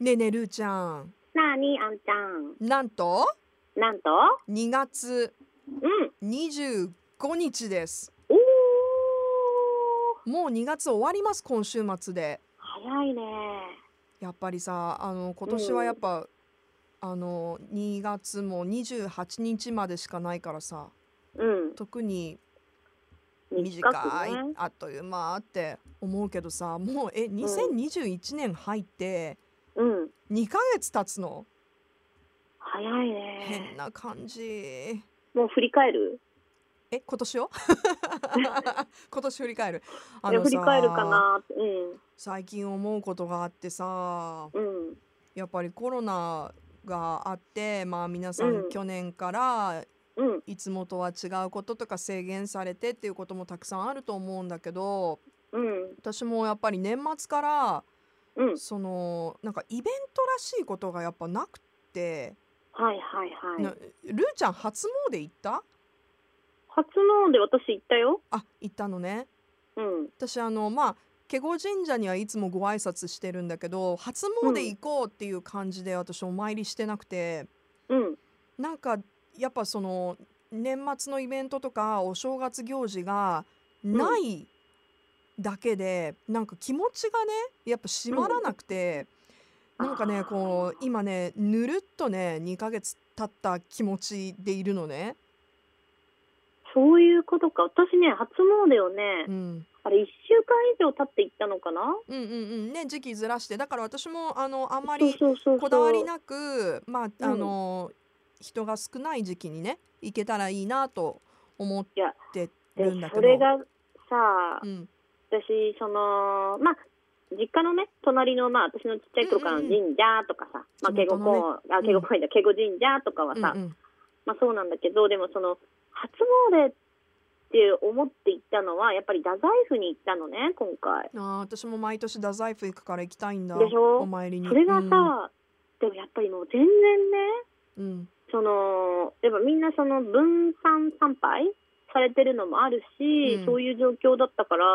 ねえねえるーちゃんなあにあんちゃん。なんとなんと、 2月うん。 25日ですおーもう2月終わります今週末で早いね。やっぱりさあの今年はやっぱ、あの2月も28日までしかないからさうん。特に短短くい、ね。あっという間って思うけどさもうえ2021年入ってうん。 2ヶ月経つの早い変ね。な感じ。もう振り返る。え今年 を 今年振り返るあいや振り返るかなって。最近思うことがあってさうん。うん。やっぱりコロナがあってまあ皆さん、うん去年からうん。いつもとは違うこととか制限されてっていうこともたくさんあると思うんだけどうん。私もやっぱり年末からうん。そのなんかイベントらしいことがやっぱなくて、はいはいは。ないルーちゃん初詣行った初詣私行ったよ。あ行ったのねうん。私あのまあ華厳神社にはいつもご挨拶してるんだけど初詣行こうっていう感じで私お参りしてなくて、うん。なんかやっぱその年末のイベントとかお正月行事がないだけで、なんか気持ちがねやっぱ締まらなくて、うんなんかねこう今ねぬるっとね2ヶ月経った気持ちでいるのね。そういうことか。私ね、初詣をねう、んあれ一週間以上経って行ったのかな。うんうんうんね時期ずらしてだから私もあのあんまそうりそうそうそう。こだわりなくまあんあの、人が少ない時期にね行けたらいいなと思ってでるんだけどそれがさう、ん私そのまあ実家のね隣のまあ私のちっちゃい頃からの神社とかさ、まあ地敬元語のね公あ敬語公園だ敬語神社とかはうさ、んうんまあそうなんだけどでもその初詣って思って行ったのはやっぱり太宰府に行ったのね今回。あー私も毎年太宰府行くから行きたいんだでしょお参りにそれがさ、でもやっぱりもう全然ねうん、うんそのやっぱみんなその分散参拝されてるのもあるし、うんそういう状況だったから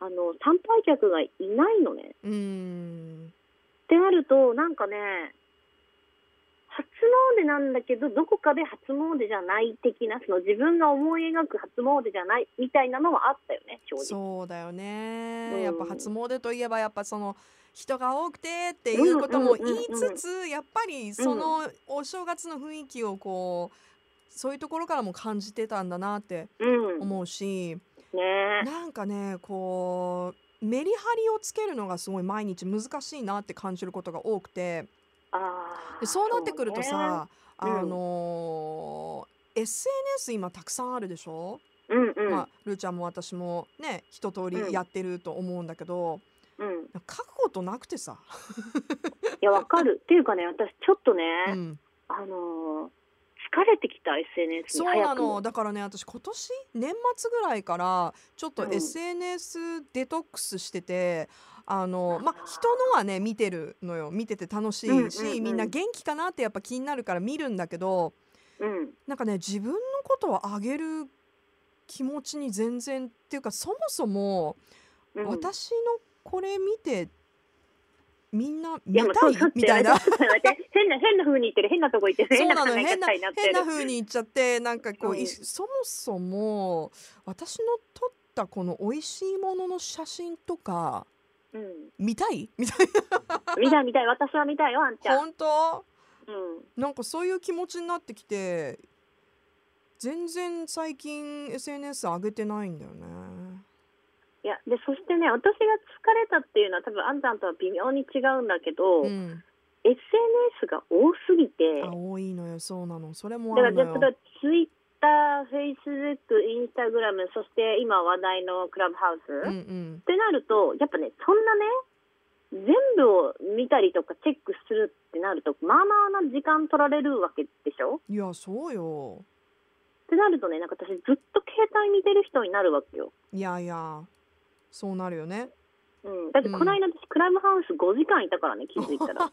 あの参拝客がいないのね。うーんってなるとなんかね初詣なんだけどどこかで初詣じゃない的なその自分が思い描く初�詣じゃないみたいなのはあったよね正直そうだようねんやっぱ初�詣といえばやっぱその人が多くてっていうことも言いつつ、やっぱりそのお正月の雰囲気をこうそういうところからも感じてたんだなってうんね思うし、えなんかねこうメリハリをつけるのがすごい毎日難しいなって感じることが多くてあでそうなってくるとさ、そうねあのー SNS 今たくさんあるでしょ、そうねうんうん、まあ、ルーちゃんも私もね一通りやってると思うんだけど、うんい書くことなくてさ、やわかるっていうかね私ちょっとね、うん、あのー疲れてきた SNS そにうな早くのもだからね私今年年末ぐらいからちょっとうん SNS デトックスしてて、あのまああー人のはね見てるのよ見てて楽しいし、うんうんうんみんな元気かなってやっぱ気になるから見るんだけどうんなんかね自分のことをあげる気持ちに全然っていうかそもそもうん、私のこれ見てみんな見やたいまあそうそうみたいなちょっと待って変な変な風に言ってる変なとこ言ってるそう変なな考のえよ変な方になって変なる風に言っちゃってなんかこう、うんいそもそも私の撮ったこの美味しいものの写真とかうん見たいみたい見たい見たい私は見たいよあんちなゃん、本当うん、なんかそういう気持ちになってきて全然最近 SNS 上げてないんだよね。いやでそしてね私が疲れたっていうのは多分あんちゃんとは微妙に違うんだけど、うん、 SNS が多すぎてあ多いのよそうなのそれもだあからるじのゃよあ。ツイッターフェイスブックインスタグラムそして今話題のクラブハウうんス、うっんてなるとやっぱねそんなね全部を見たりとかチェックするってなるとまあまあな時間取られるわけでしょいやそうよってなるとねなんか私ずっと携帯見てる人になるわけよ。いやいやそうなるよね。うん、だってこの間私クラブハウス5時間いたからね気づいたら。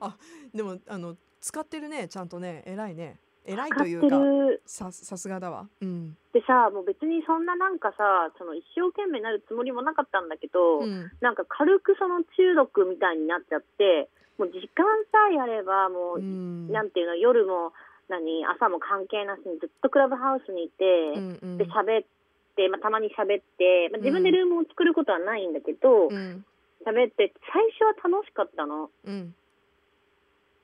あでもあの使ってるねちゃんとね偉いね偉い使とっいてうかるささすがだわうん、でさもう別にそんななんかさその一生懸命なるつもりもなかったんだけど、うん、なんか軽くその中毒みたいになっちゃってもう時間さえあればもう、んなんていうの夜も何朝も関係なしにずっとクラブハウスにいて、うんうんで喋って、まあ、たまに喋って、まあ、自分でルームを作ることはないんだけどうん喋、って最初は楽しかったのうん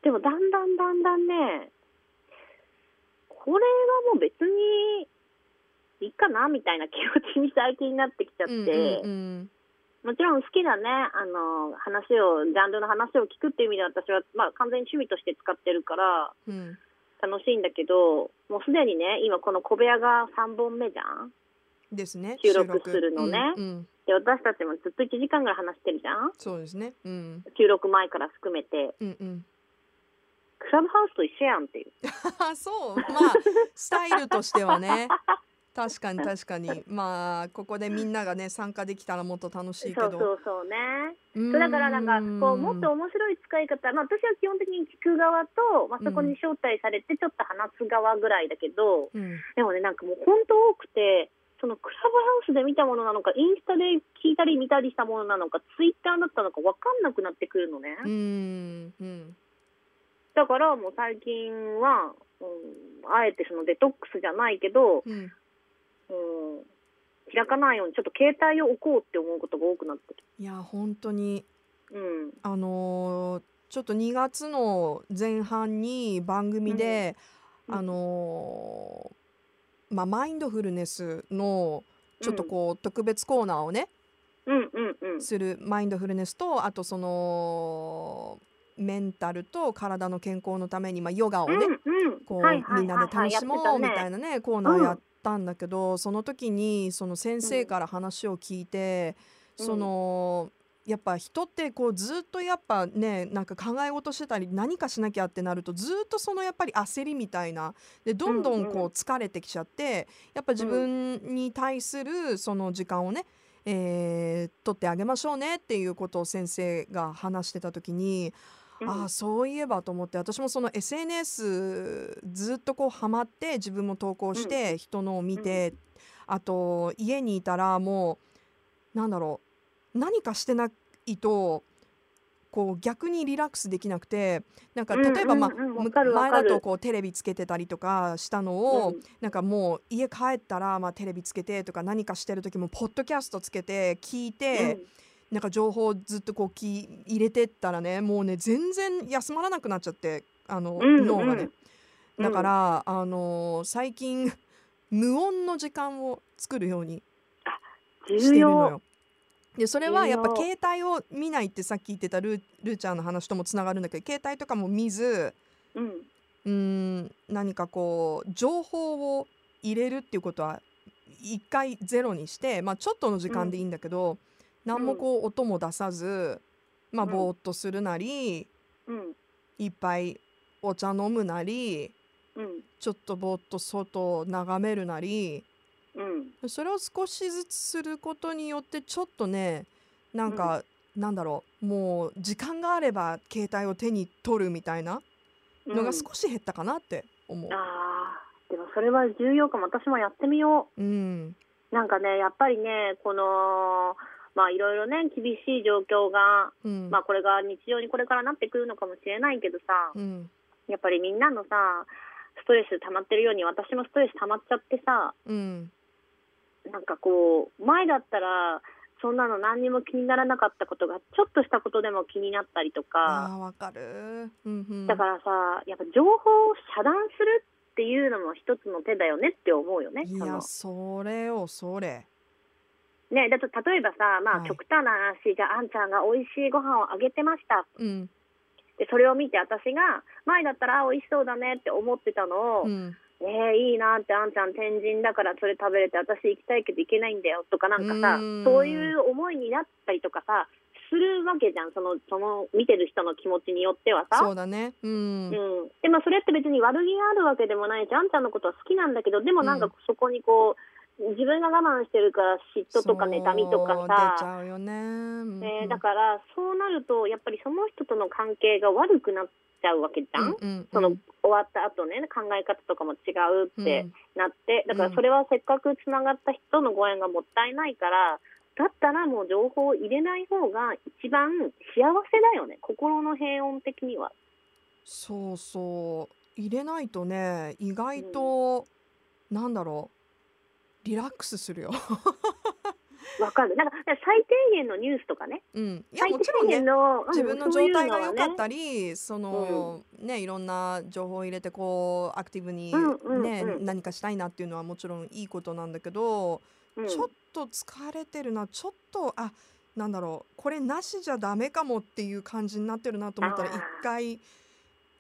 でもだんだんだんだんねこれはもう別にいいかなみたいな気持ちに最近なってきちゃって、うんもちろん好きなねあの話をジャンルの話を聞くっていう意味で私は、まあ、完全に趣味として使ってるからうんうん楽しいんだけどもうすでにね今この小部屋が3本目じゃんですね収録するのねうんうんで私たちもずっと1時間ぐらい話してるじゃんそうですねうん収録前から含めてうんうんクラブハウスと一緒やんっていうあそうまあスタイルとしてはね確かに確かにまあここでみんながね参加できたらもっと楽しいけそうどそうそうねうそうだからなんかこうもっと面白い使い方、まあ、私は基本的に聞く側と、まあ、そこに招待されてちょっと話す側ぐらいだけど、うんでもねなんかもう本当多くてそのクラブハウスで見たものなのかインスタで聞いたり見たりしたものなのかツイッターだったのか分かんなくなってくるのね、うんうんだからもう最近は、うん、あえてそのデトックスじゃないけど、うんうん、開かないようにちょっと携帯を置こうって思うことが多くなってきいや本当にてうんあのーちょっと2月の前半に番組で、うんあのーまあ、マインドフルネスのちょっとこう特別コーナーをね、うんうんうんするマインドフルネスとあとそのメンタルと体の健康のために、まあ、ヨガをね、こうんう、はいはいみんなで楽しもうみたいななねコーナーやったんだけど、その時にその先生から話を聞いて、うんそのやっぱ人ってこうずっとやっぱねなんか考え事してたり何かしなきゃってなるとずっとそのやっぱり焦りみたいなでどんどんうんこうう疲れてきちゃってやっぱ自分に対するその時間をね、えー取ってあげましょうねっていうことを先生が話してた時にああそういえばと思って私もその SNS ずっとこうハマって自分も投稿して、人のを見て、あと家にいたらもうなんだろう何かしてないとこう逆にリラックスできなくてなんか例えば、まあうんうんうんわむかるわ前かだるとこうテレビつけてたりとかしたのを、なんかもう家帰ったら、まあ、テレビつけてとか何かしてる時もポッドキャストつけて聞いて。なんか情報をずっとこうき入れてったらねもうね全然休まらなくなっちゃってあの、脳がねだか、ら、あのー最近 無音の時間を作るようにうんうんうんしてるの重要よ。でそれはやっぱ重要携帯を見ないってさっき言ってたルールーちゃんの話ともつながるんだけど携帯とかも見ずうんうーん何かこう情報を入れるっていうことは一回ゼロにして、まあ、ちょっとの時間でいいんだけど、何もこう音も出さず、まあ、うんぼーっとするなり、うんいっぱいお茶飲むなりうんちょっとぼーっと外を眺めるなりうんそれを少しずつすることによってちょっとねなんか、なんだろうもう時間があれば携帯を手に取るみたいなうんのが少し減ったかなって思う。あーでもそれは重要かも私もやってみようんうなんかねやっぱりねこのまあいろいろね厳しい状況が、うんまあこれが日常にこれからなってくるのかもしれないけどさうんやっぱりみんなのさストレス溜まってるように私もストレス溜まっちゃってさうんなんかこう前だったらそんなの何にも気にならなかったことがちょっとしたことでも気になったりとあか、ーわかる。うんうん、だからさやっぱ情報を遮断するっていうのも一つの手だよねって思うよね。いそやのそれをそれ。ね、だと例えばさ、まはあ、い極端な話、じゃああんちゃんが美味しいご飯をあげてましたうんでそれを見て私が前だったらあ美味しそうだねって思ってたのを、うんえーいいなってあんちゃん天神だからそれ食べれて私行きたいけど行けないんだよとかなんかうさーんそういう思いになったりとかさするわけじゃんそのその見てる人の気持ちによってはそさ。うだね。ううんん、でまあそれって別に悪気があるわけでもないしあんちゃんのことは好きなんだけどでもなんうかんそこにこう、自分が我慢してるから嫉妬とか妬みとかそう出ちさ、ゃうよね。うんねうんだからそうなるとやっぱりその人との関係が悪くなっちゃうわけじゃん、うんうんその終わった後ね考え方とかも違うってなって、だからそれはせっかくつながった人とのご縁がもったいないからだったらもう情報を入れない方が一番幸せだよね心の平穏的にはそうそう入れないとね意外と、なんだろうリラックスするよ。わかるなんか最低限のニュースとかねうん、いや最も低ちろんね限の、うん自分のそう状いう態のがは良ねかったりその、ねいろんな情報を入れてこうアクティブに、ねうんうんうん何かしたいなっていうのはもちろんいいことなんだけど、うんちょっと疲れてるなちょっとあなんだろうこれなしじゃダメかもっていう感じになってるなと思ったらあー一回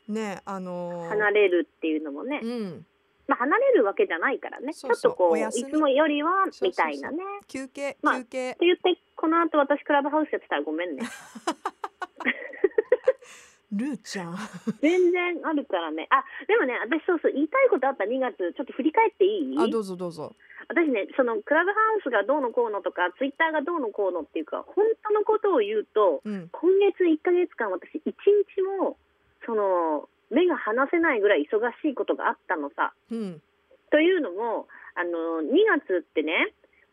ねあのー離れるっていうのもね、うん、まあ、離れるわけじゃないからねそうそうちょっとこおう休いみつもよりはそうそうそうみたいなね休憩まあ休憩、って言ってこの後私クラブハウスやってたらごめん ねルーちゃん全然あるからねあでもね私そうそう言いたいことあった2月ちょっと振り返っていいあどうぞどうぞ私ねそのクラブハウスがどうのこうのとかツイッターがどうのこうのっていうか本当のことを言うとうん今月1ヶ月間私1日もその目が離せないぐらい忙しいことがあったのさうんというのもあの2月ってね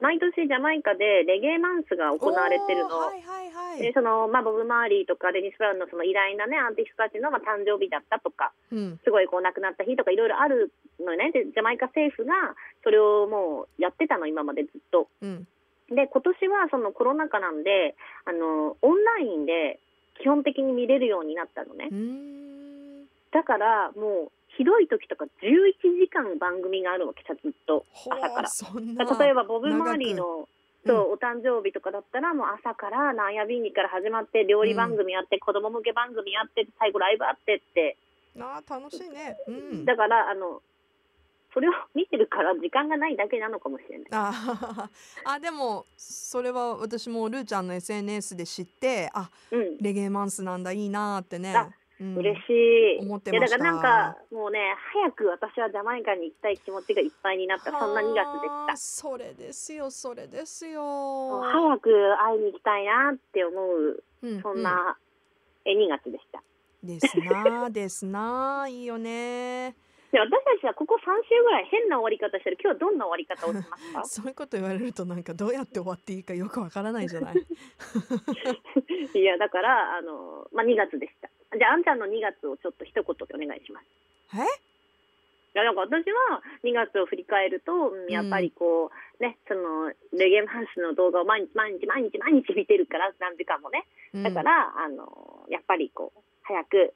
毎年ジャマイカでレゲエマンスが行われてるの。おーはいはいはい、でそのまあ、ボブ・マーリーとかデニス・ブラウンのその偉大な、ね、アーティストたちの、まあ、誕生日だったとかうんすごいこう亡くなった日とかいろいろあるのよねでジャマイカ政府がそれをもうやってたの今までずっと。うんで今年はそのコロナ禍なんであのオンラインで基本的に見れるようになったのねうーんだからもうひどい時とか11時間番組があるわけさずっとほ朝かーらそんなだから例えばボブ・マーリーの長くそうお誕生日とかだったらもう朝からなんやびんにから始まって料理番組やって子供向け番組やって最後ライブあってってあー楽しいね。うん。だからあのそれを見てるから時間がないだけなのかもしれない。あ ーあでもそれは私もルーちゃんの SNS で知ってあうんレゲエマンスなんだいいなーってねあ、うん、嬉しい、思っていやまだしたからなんかもうね早く私はジャマイカに行きたい気持ちがいっぱいになったそんな2月ではしーたそれですよそれですよもう早く会いに行きたいなって思うううそんな、え2月でしたですなーですな ーいいよねで私たちはここ3週ぐらい変な終わり方してる今日はどんな終わり方をしますかそういうこと言われるとなんかどうやって終わっていいかよくわからないじゃないいやだからあの、まあ、2月でしたじゃああんちゃんの2月をちょっと一言でお願いしますえいやなんか私は2月を振り返ると、うん、やっぱりこう、ねそのレゲエハンスの動画を毎日毎日毎日毎日見てるから何時間もねうんだから、あのやっぱりこう早く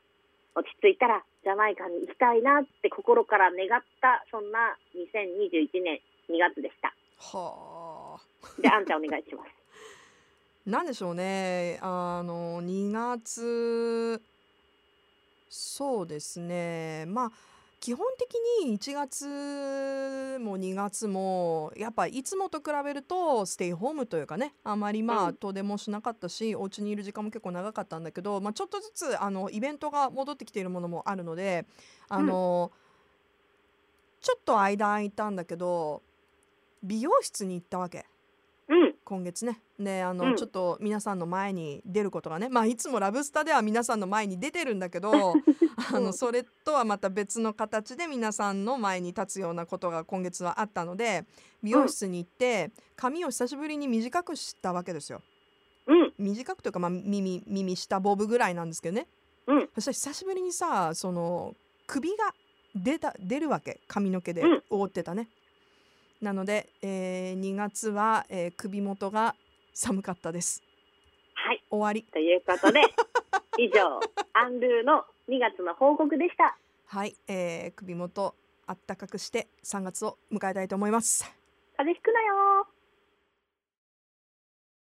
落ち着いたらジャマイカに行きたいなって心から願ったそんな2021年2月でした。はあで、あんちゃんお願いします。なんでしょうねあの2月そうですねまあ基本的に1月も2月もやっぱいつもと比べるとステイホームというかねあまりまうあん遠出もしなかったしお家にいる時間も結構長かったんだけど、まあ、ちょっとずつあのイベントが戻ってきているものもあるのであの、ちょっと間空いたんだけど美容室に行ったわけ。うん、今月ねであの、うんちょっと皆さんの前に出ることがねまあいつも「ラブスタ」では皆さんの前に出てるんだけ どあのそれとはまた別の形で皆さんの前に立つようなことが今月はあったので美容室に行って髪を久しぶりに短くしたわけですよ。うん、短くというか、まあ、耳耳下ボブぐらいなんですけどね、うんそしたら久しぶりにさその首が出た出るわけ髪の毛でうん覆ってたね、なので、え2月は、えー首元が寒かったですはい、終わりということで、以上、アンルーの2月の報告でした。はい、えー首元あったかくして3月を迎えたいと思います風邪ひくなよー。